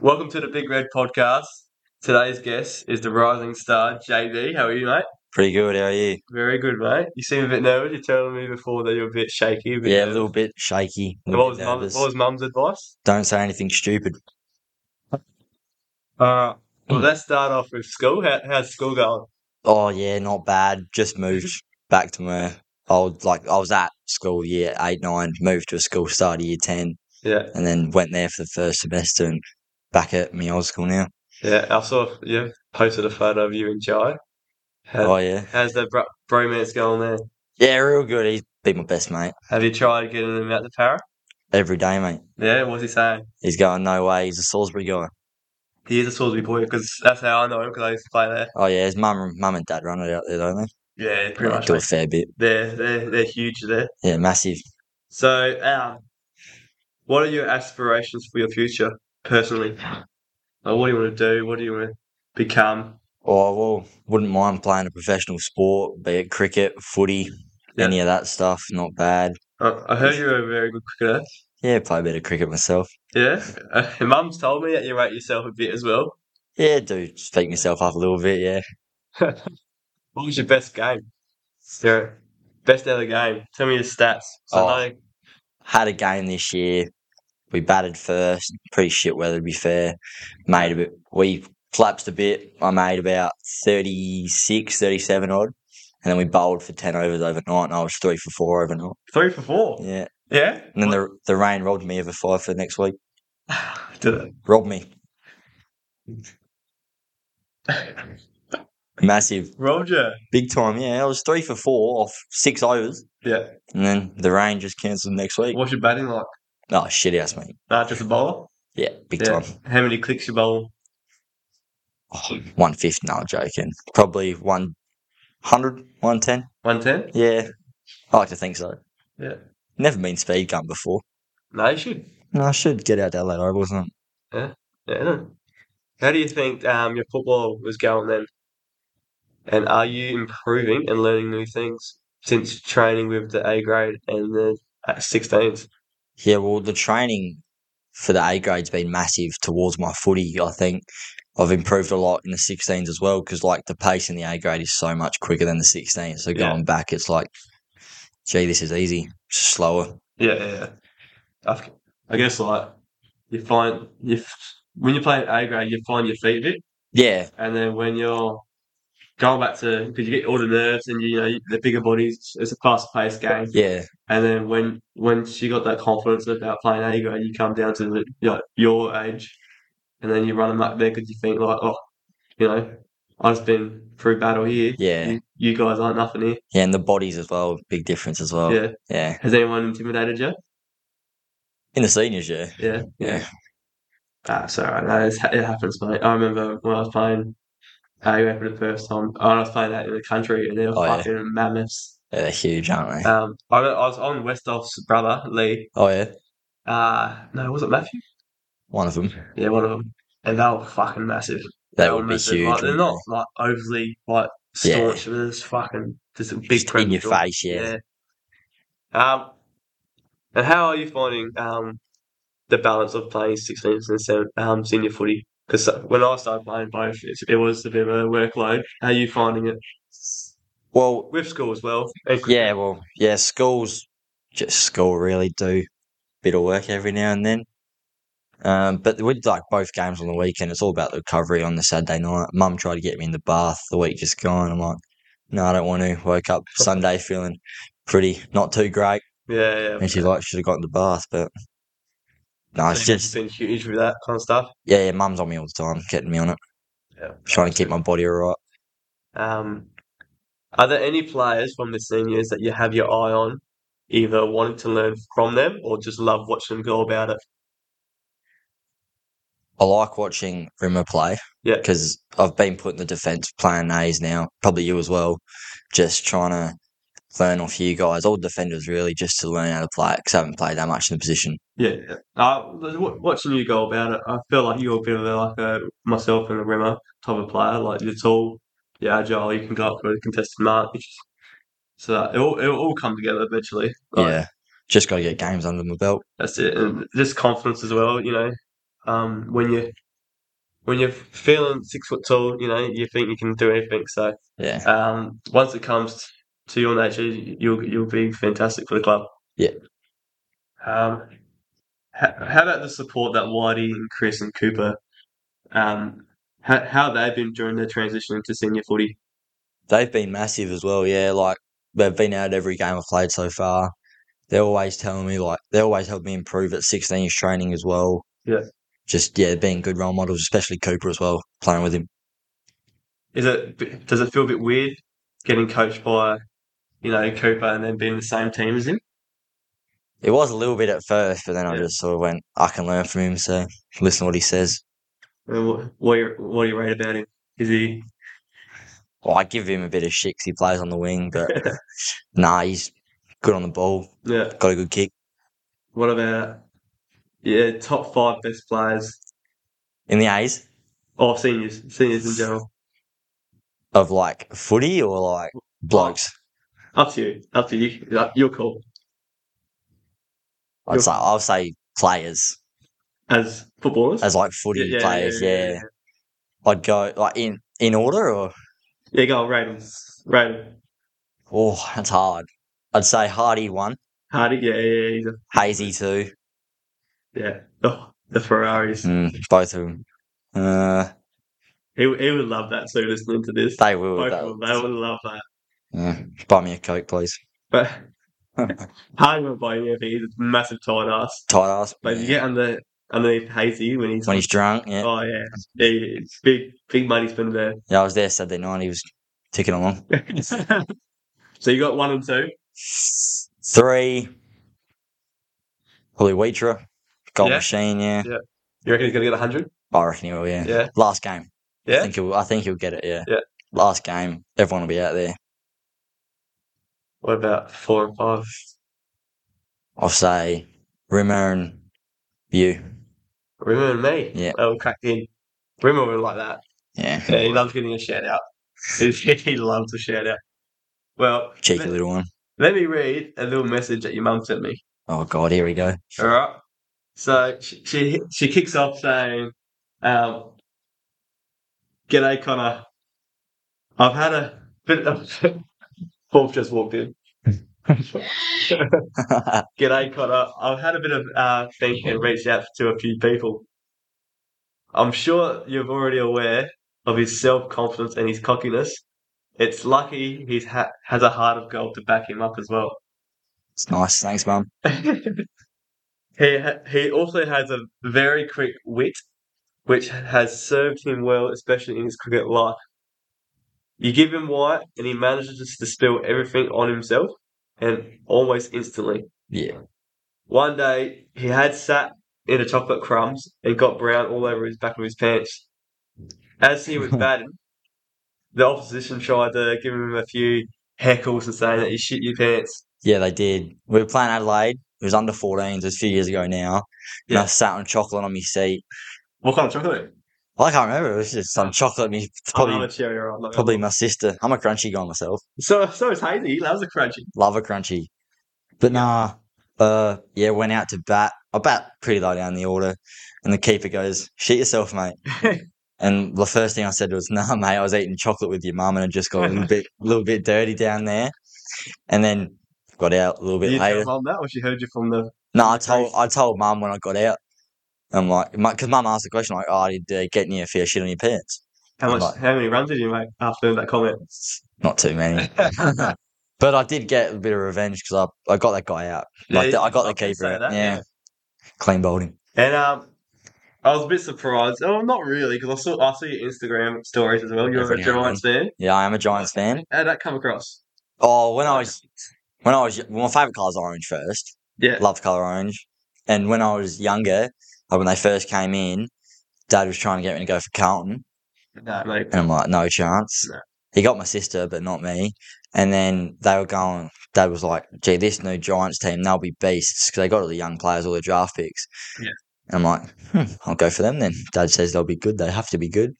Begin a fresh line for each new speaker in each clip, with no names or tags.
Welcome to the Big Red Podcast. Today's guest is the rising star, JD. How are you, mate?
Pretty good. How are you?
Very good, mate. You seem a bit nervous. You're telling me before that you're a bit shaky. A bit
Yeah, a
nervous.
little bit shaky. a
And
little
What was,
bit
mum, what
nervous.
was mum's advice?
Don't say anything stupid.
All right. Well, let's start off with school. How, how's school going?
Oh yeah, not bad. Just moved back to where I was like I was at school year eight nine. Moved to a school start of year ten,
Yeah,
and then went there for the first semester and back at my old school now.
yeah. I saw you posted a photo of you and Jai. How,
Oh yeah,
how's that bro- bromance going there?
yeah, real good. He's been my best mate
Have you tried getting him out the para?
every day, mate.
Yeah, what's he saying?
He's going no way. He's a Salisbury guy.
He is a Salisbury boy because that's how I know him because I used to play there.
Oh yeah, his mum, and- mum and dad run it out there, don't they?
Yeah, pretty much.
do a
mate.
fair bit.
They're they're they're huge there.
Yeah, massive.
So, um, what are your aspirations for your future personally? Like, what do you want to do? What do you want to become?
Oh well, wouldn't mind playing a professional sport, be it cricket, footy,
Yeah.
any of that stuff. Not bad.
I, I heard you're a very good cricketer.
Yeah, play a bit of cricket myself.
Yeah, uh, your mum's told me that you rate yourself a bit as well.
Yeah, do speak myself up a little bit. Yeah,
What was your best game? Sarah, best ever game. Tell me your stats. So I
Oh.
know-
had a game this year. We batted first. Pretty shit weather, to be fair. Made a bit. We collapsed a bit. I made about 36, 37 odd, and then we bowled for ten overs overnight, and I was three for four overnight.
three for four.
Yeah,
Yeah.
and then the the rain robbed me of a five for the next week.
Did it.
Robbed me massive,
Roger.
big time. Yeah, I was three for four off six overs,
Yeah.
and then the rain just cancelled next week.
What's your batting like?
Oh shit, house mate.
Nah, just a bowler.
Yeah, big
Yeah.
time.
How many clicks you bowl?
Oh, one fifth. No, I'm joking. Probably one hundred, one ten.
One ten.
Yeah, I like to think so.
Yeah.
Never been speed gun before.
No, you should.
No, I should get out to Adelaide Ovals. and-
Yeah. no. How do you think um, your football was going then? And are you improving and learning new things since training with the A grade and the uh, 16s?
Yeah, well, the training for the A grade's been massive towards my footy. I think I've improved a lot in the 16s as well because like the pace in the A grade is so much quicker than the 16s. So
Yeah.
going back, it's like, gee, this is easy. It's just slower.
Yeah, yeah. yeah. I f- I guess like you find you f- when you play A grade, you find your feet a bit,
Yeah,
and then when you're going back to because you get all the nerves and you know the bigger bodies, it's a fast-paced game.
yeah,
And then when when she got that confidence about playing A grade, you come down to the, you know, your age, and then you run them up there because you think like, oh, you know, I've just been through battle here.
yeah,
You, you guys aren't nothing here.
yeah. And the bodies as well, big difference as well.
Yeah.
yeah.
Has anyone intimidated you?
In the seniors, yeah.
Yeah.
Yeah.
Ah, it's alright. No, it's, it happens, mate. I remember when I was playing A grade for the first time. I was playing that in the country, and they were
Oh, yeah.
fucking mammoths.
Yeah, They're huge, aren't they?
Um, I, I was on Westhoff's brother Lee.
oh, yeah.
Uh no, was it Matthew?
One of them.
Yeah, one of them. And they were fucking massive.
They
were
would be
massive.
huge.
Like, they're
wouldn't
not like overly like
Yeah.
staunch, but it's fucking just a big
they? Just in your
predator.
face, yeah.
Um, and how are you finding um the balance of playing 16s and seven, um senior footy? Because when I started playing both, it, it was a bit of a workload. How are you finding it
Well,
with school as well? And-
yeah, well, yeah, school's just school really do a bit of work every now and then. Um, but with like both games on the weekend, it's all about the recovery on the Saturday night. Mum tried to get me in the bath the week just gone. I'm like, no, I don't want to. Woke up Sunday feeling pretty, not too great.
yeah, yeah.
And she's like, should have gotten the bath, but no, it's
They've
just,
been huge with that kind of stuff.
yeah, yeah, mum's on me all the time, getting me on it,
Yeah.
trying to keep my body all right.
Um, are there any players from the seniors that you have your eye on, either wanting to learn from them or just love watching them go about it?
I like watching Rimmer play.
Yeah.
Because I've been put in the defence playing A's now, probably you as well, just trying to learn off you guys, all defenders really, just to learn how to play it because I haven't played that much in the position.
Yeah, yeah. Uh, w- watching you go about it, I feel like you're a bit of a, like a myself and a Rimmer type of player. Like you're tall, you're agile, you can go up for a contested march. So that- it'll it'll all come together eventually. Like,
Yeah. Just got to get games under my belt.
That's it. And just confidence as well, you know. Um, when you when you're feeling six foot tall, you know, you think you can do anything. So
Yeah.
um, once it comes to your nature, you'll you'll be fantastic for the club.
Yeah.
Um, how, how about the support that Whitey and Chris and Cooper, um, how how they've been during their transition into senior footy?
They've been massive as well. Yeah. Like they've been out every game I've played so far. They're always telling me like they always help me improve at 16s training as well.
Yeah.
Just yeah, being good role models, especially Cooper as well, playing with him.
Is it does it feel a bit weird getting coached by, you know, Cooper and then being the same team as him?
It was a little bit at first, but then I
Yeah.
just sort of went, I can learn from him, so listen to what he says.
And what what do you, what do you rate about him? Is he
Well, I give him a bit of shit 'cause he plays on the wing, but nah, he's good on the ball,
yeah?
got a good kick.
What about yeah? Top five best players
In the A's
or seniors, seniors in general.
of like footy or like blokes,
Up to you. Up to you. You're cool. Oh,
I'd say, I'll say players
As footballers,
as like footy players, yeah,
yeah.
I'd go like in, in order or,
Yeah, go on, rate him. Rate him.
oh, that's hard. I'd say Hardy one,
Hardy, yeah, yeah, yeah, he's a,
Hazy two,
yeah. Oh, the Ferraris.
mm, both of them. Uh,
He, he would love that. So listening to this,
they will.
both
they'll-
of them, they would love that.
Yeah. Buy me a Coke, please.
But
Tight
Hardy won't buy anything. He's a massive tight ass.
ass.
But if you
yeah.
get under underneath Hazy when he's
When he's drunk, yeah.
oh yeah, yeah, yeah, big big money spinner there.
Yeah, I was there Saturday night. He was ticking along.
so you got one and two.
Three. Probably Weitra. Gold
Yeah.
Machine, yeah.
You reckon he's gonna get a hundred?
I reckon he will, yeah.
Yeah.
Last game. I
Yeah?
think he'll, I think he'll get it, yeah.
Yeah.
Last game. Everyone will be out there.
What about four and five?
I'll say Rimmer and you.
Rimmer and me.
Yeah.
Oh, cracked in. Rimmer would like that.
Yeah.
Yeah, he loves getting a shout out. he he loves a shout out. Well,
Cheeky
let,
little one.
let me read a little message that your mum sent me.
Oh, God, here we go.
All right. So she she, she kicks off saying, um, "G'day, Connor. I've had a bit of." Paul just walked in. G'day, Connor. I've had a bit of uh, thinking and reached out to a few people. I'm sure you're already aware of his self confidence and his cockiness. It's lucky he ha- has a heart of gold to back him up as well.
it's nice. Thanks, Mum.
he ha- he also has a very quick wit, which has served him well, especially in his cricket life. You give him white, and he manages to spill everything on himself, and almost instantly.
Yeah.
One day, he had sat in a chocolate crumbs and got brown all over his back of his pants. As he was batting, the opposition tried to give him a few heckles and saying that you shit your pants.
Yeah, they did. We were playing Adelaide. It was under 14s. It was a few years ago now. And I
Yeah.
sat on chocolate on my seat.
What kind of chocolate?
I can't remember. It was just some chocolate. And it's
I'm a
probably,
cherry or I'm not-
probably my sister. I'm a crunchy guy myself.
So so is Hazy. He loves a crunchy.
Love a crunchy. But nah, uh, yeah, went out to bat. I bat pretty low down the order. And the keeper goes, shit yourself, mate. And the first thing I said was, "Nah, mate, I was eating chocolate with your mum, and it just got a little bit, little bit dirty down there." And then got out a little bit
Did you
later.
tell mum that, or she heard you from the?
No, I told
Crazy.
I told mum when I got out. I'm like, because mum asked the question, like, "Oh, did uh, get any fair shit on your pants?"
How much?
Right.
How many runs did you make after that comment?
Not too many, but I did get a bit of revenge because I, I got that guy out. Like,
Yeah,
the- I got
I
the
can
keeper
say
out.
that,
yeah.
yeah.
clean bowled him.
And um, I was a bit surprised. Oh, not really, because I saw I saw your Instagram stories as well. You're
Every
a
now and
Giants fan.
Yeah, I am a Giants fan.
How would that come across?
Oh, when I was when I was well, my favorite color's orange first.
Yeah.
Love the color orange. And when I was younger, like when they first came in, Dad was trying to get me to go for Carlton.
No, mate.
And I'm like, no chance.
No.
He got my sister, but not me. And then they were going, Dad was like, gee, this new Giants team, they'll be beasts because they got all the young players, all the draft picks.
Yeah.
And I'm like, hmm, I'll go for them then. Dad says they'll be good. They have to be good.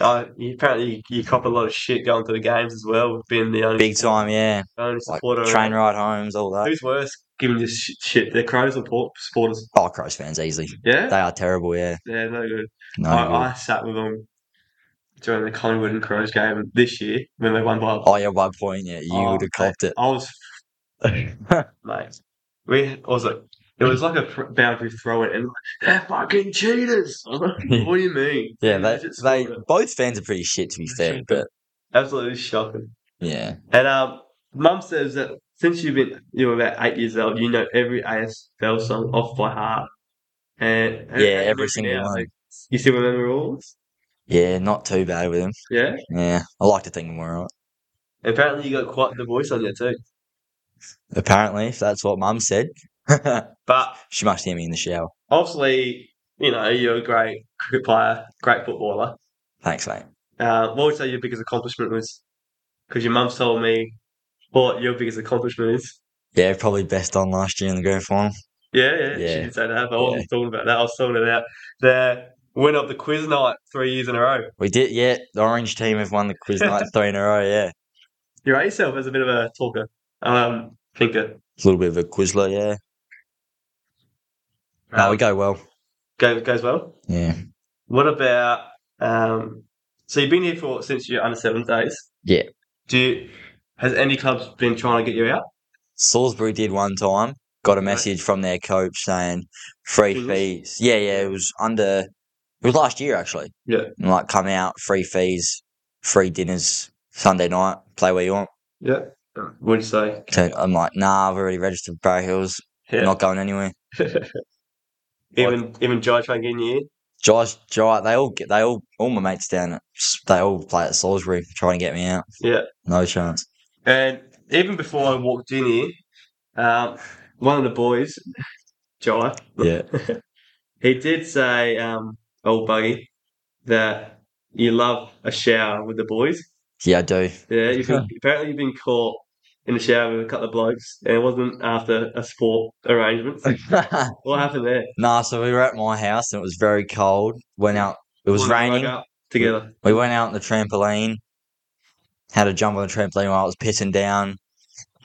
Uh, you, apparently, you, you cop a lot of shit going to the games as well, being the only
Big time, yeah.
only
Like
supporter.
train ride homes, all that.
Who's worse, giving this sh- shit. They're Crows or Port supporters?
Oh, Crows fans easily.
Yeah,
They are terrible. Yeah,
yeah, no good.
no. good.
I, I sat with them during the Collingwood and Crows game this year when they won by.
oh yeah, one point. Yeah, you
Oh,
would have copped it.
I was mate. We I was like, it was like a pr- boundary throw in, and like, they're fucking cheaters. I was like, what do you mean?
yeah,
They
they,
just
they
scored it.
both fans are pretty shit to be fair,
Shit.
but
absolutely shocking.
yeah,
And um, mum says that since you've been you were about eight years old, you know every ASL song off by heart. And, and
yeah,
and
every
moving
single
out,
one.
like, you still remember all? of them?
Yeah, not too bad with them.
Yeah.
Yeah, I like to think I'm alright.
Apparently, you got quite the voice on you too.
Apparently, if that's what Mum said,
But
she must hear me in the shower.
obviously, you know you're a great cricket player, great footballer.
Thanks, mate.
Uh, what would you say your biggest accomplishment was? Because your mum's told me what your biggest accomplishment is.
Yeah, probably best on last year in the grand final.
Yeah, yeah, she
Yeah.
did say that, but I wasn't talking about that. I was talking about the win of the quiz night three years in a row.
We did. Yeah, the orange team have won the quiz night three in a row. Yeah,
You rate yourself as a bit of a talker, um, thinker.
a little bit of a quizler. Yeah, no, we go well.
uh, Go, goes well.
Yeah,
What about, um, so you've been here for since you're under seven days.
Yeah.
Do you, has any clubs been trying to get you out?
Salisbury did one time. Got a
Right.
message from their coach saying free
Fingers?
fees. Yeah, yeah, it was under. It was last year actually.
Yeah.
And, like come out, free fees, free dinners Sunday night. Play where you want.
Yeah. What do you say?
So I'm like, nah, I've already registered for Barrow Hills.
Yeah.
Not going anywhere.
even even Jai trying to get in here.
Josh, Jai, they all get, they all, all my mates down at, they all play at Salisbury trying to get me out.
Yeah.
No chance.
And even before I walked in here, um, one of the boys, Jai,
Yeah.
he did say, um, old buggy, that you love a shower with the boys.
Yeah, I do.
Yeah, you've been, apparently you've been caught in the shower with a couple of blokes, and it wasn't after a sport arrangement. what happened there?
nah, so we were at my house and it was very cold. Went out, it was
All that
raining.
rug up together.
We went out on the trampoline, had a jump on the trampoline while it was pissing down,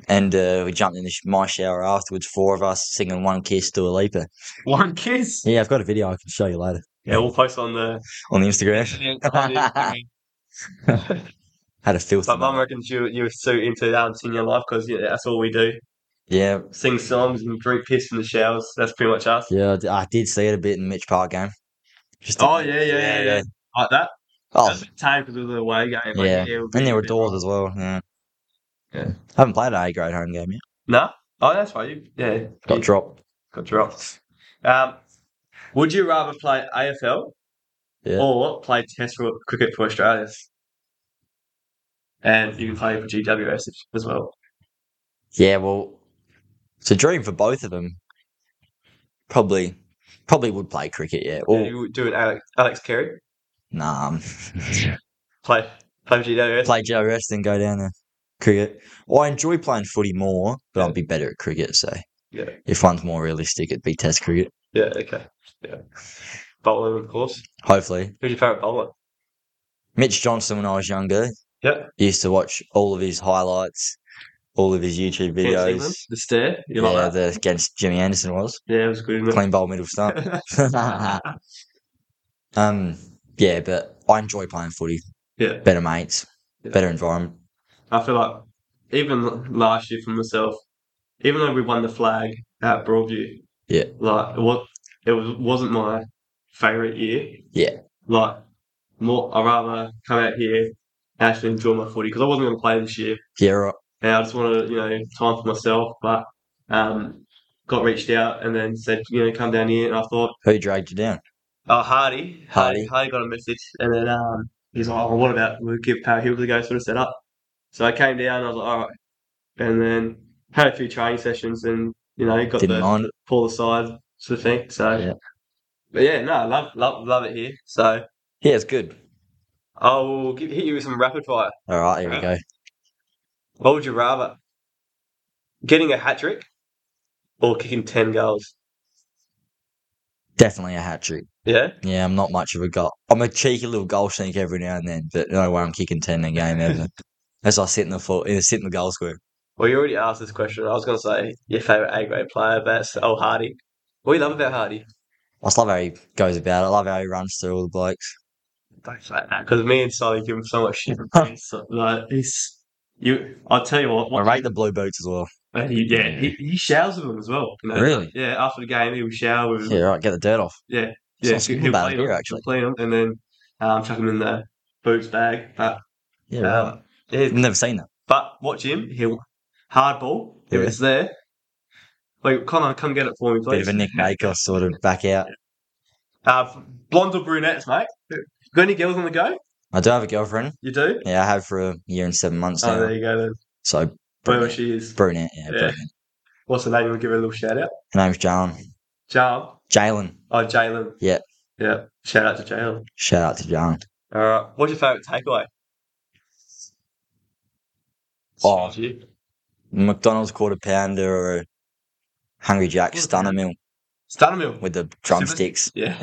and uh, we jumped in the sh- my shower afterwards, four of us singing One Kiss to a Leaper.
One kiss.
Yeah, I've got a video I can show you later
Yeah, we'll post on the.
on the Instagram.
on the Instagram.
Had a filthy.
but mum
night.
reckons you you were so into dancing your life because yeah, that's all we do.
Yeah,
sing songs and drink piss in the showers. That's pretty much us.
yeah, I d- I did see it a bit in the Mitch Park game. Just
Oh, yeah, yeah, yeah, yeah. Like that.
Oh,
That's a time because it was an away game. Like,
Yeah.
it would be
and
a
there were
bit-
doors as well. Yeah,
Yeah.
haven't played an A grade home game yet.
No. Oh, that's right. You, yeah.
Got
you
dropped.
got dropped. Um, would you rather play AFL
Yeah.
or play Test for, cricket for Australia? And you can play for GWS if- as well.
Yeah, well, it's a dream for both of them. Probably, probably would play cricket. Yeah, or
You would do an Alex, Alex Carey
nah, um,
play play for GWS.
play JRS then go down to cricket. Well, I enjoy playing footy more, but
Yeah.
I'd be better at cricket. So
Yeah.
if one's more realistic, it'd be Test cricket.
Yeah. Okay. Yeah. Bowling, of course.
Hopefully,
Who's your favourite bowler?
Mitch Johnson when I was younger
Yeah.
used to watch all of his highlights, all of his YouTube
Kent
videos.
Seaman? The stare. You
yeah,
like that?
the against Jimmy Anderson was
Yeah, it was good. Enough.
clean bowl middle stump. um, yeah, but I enjoy playing footy.
yeah,
better mates,
Yeah.
better environment.
I feel like even last year for myself, even though we won the flag at Broadview,
Yeah.
like what it was wasn't my favorite year.
Yeah.
like more I would rather come out here and actually enjoy my footy because I wasn't going to play this year,
Yeah, right.
and I just wanted you know time for myself. But um, got reached out and then said you know come down here, and I thought
Who dragged you down?
Oh, Hardy. Hardy.
Hardy.
Hardy got a message, and then um, he's like, oh, what about we'll give Power Hills a go sort of set up. So I came down, I was like, all right. And then had a few training sessions and, you know, got
Didn't
the
mind it.
pull aside sort of thing. So,
Yeah.
but yeah, no, I love, love, love it here. So
Yeah, it's good.
I will give, hit you with some rapid fire.
All right, here we go.
What would you rather? Getting a hat trick or kicking 10 goals?
Definitely a hat trick.
Yeah.
Yeah, I'm not much of a goal. I'm a cheeky little goal sneak every now and then, but no way I'm kicking ten in a game ever. As I sit in the full, sit in the goal square.
Well, you already asked this question. I was going to say your favourite A grade player, but that's oh Hardy. What do you love about Hardy?
I just love how he goes about it. I love how he runs through all the blokes.
Don't say that because me and Sully give him so much shit. so, like he's you. I'll tell you what.
I
what
rate the blue boots as well.
and he, yeah, he, he showers with him as well. you know.
Really?
Yeah. After the game, he will shower with him.
Yeah, right. Get the dirt off. It's
Yeah,
not
he'll,
something
he'll
bad
clean
here,
them,
actually.
he'll clean 'em and then um, chuck them in the boots bag. But
Yeah, right.
um, yeah,
I've never seen that.
but watch him. He'll hardball if
Yeah.
it's there. Like Connor, come get it for me,
Bit
please.
of a Nick Baker sort of back out.
Uh, blonde or brunettes, mate. Got any girls on the go?
I do have a girlfriend.
You do?
Yeah, I have for a year and seven months
Oh,
now.
there you go then.
So
Wherever
brunette,
she is.
brunette, yeah,
Yeah.
brunette.
What's her name? We'll give her a little shout out.
Her name's Jalen.
Jalen.
Jalen.
Oh, Jalen.
Yeah.
Yeah. Shout out to Jalen.
Shout out to Jalen.
All right. What's your favourite takeaway?
Oh.
Excuse you.
McDonald's quarter pounder or a Hungry Jack's
Quarter
stunner mill
Stunner meal.
with the drumsticks.
Yeah.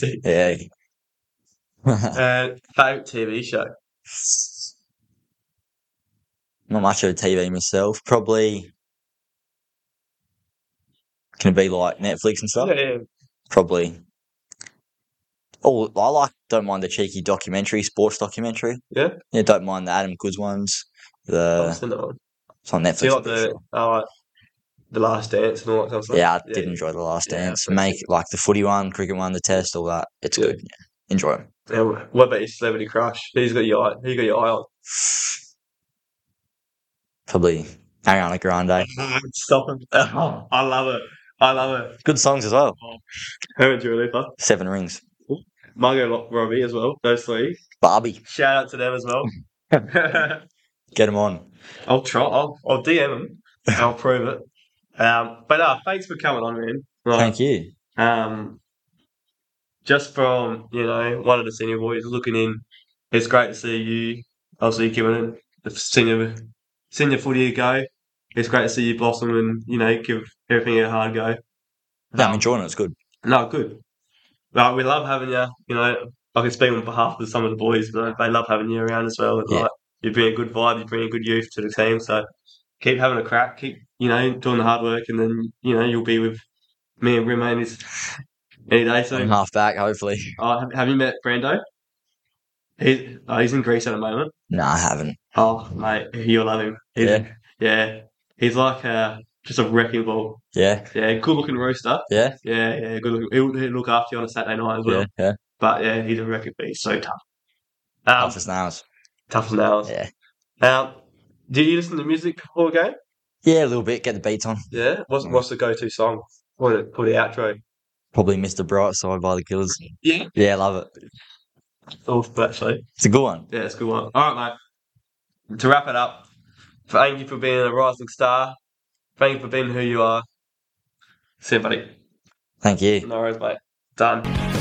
Yeah, yeah.
And favourite TV show?
Not much of a TV myself. Probably can it be like Netflix and stuff?
Yeah, yeah.
Probably. Oh, I like don't mind the cheeky documentary, sports documentary.
Yeah?
yeah. Don't mind the Adam Goods ones.
I'll
The
send that one.
it's on
See
Netflix. I'm
like
pretty
the
sure.
uh, the Last Dance and all that kind of stuff.
Yeah, I did enjoy the Last
Yeah,
Dance.
pretty
Make like the footy one, cricket one, the test, all that. It's
Yeah.
good. Yeah. Enjoy it.
And what about your celebrity crush? Who's got your eye? Who you got your eye on?
Probably Ariana Grande.
Stop him! I love it. I love it.
Good songs as well.
Her and Dua Lipa,
Seven Rings.
Margot Lo- Robbie as well. Those three.
Barbie,
Shout out to them as well.
get them on.
I'll try. I'll, I'll DM him. I'll prove it. Um, but uh, thanks for coming on, man. Like,
Thank you.
um, just from you know one of the senior boys looking in, it's great to see you. Obviously, giving it the senior senior footy a go. It's great to see you blossom and you know give everything a hard go.
No, I'm enjoying it. It's good.
No, good. Like, we love having you. You know, I can speak on behalf of some of the boys, but they love having you around as well. And,
Yeah.
like, you bring a good vibe, you bring a good youth to the team. So keep having a crack, keep you know doing the hard work, and then you know you'll be with me and Rimanis any day
I'm
soon.
half back, hopefully.
Oh, have, have you met Brando? He's oh, he's in Greece at the moment.
No, I haven't.
Oh, mate, you'll love him. He's,
Yeah.
yeah, he's like uh, just a wrecking ball.
Yeah,
Yeah, good looking rooster.
yeah,
Yeah, yeah, good looking. He'll, he'll look after you on a Saturday night as well.
yeah, yeah.
But yeah, he's a record, but he's so tough. Um,
Half as nails.
tough as nails.
Yeah,
Um, do you listen to music before a game?
yeah, a little bit. Get the beats on.
Yeah. What's what's the go to song for the, for the outro?
Probably Mr. Brightside by the Killers.
Yeah.
Yeah, love it.
Awesome, actually.
It's a good one.
Yeah, it's a good one. All right, mate. To wrap it up, thank you for being a rising star. Thank you for being who you are. See you, buddy.
Thank you.
No worries, mate. Done.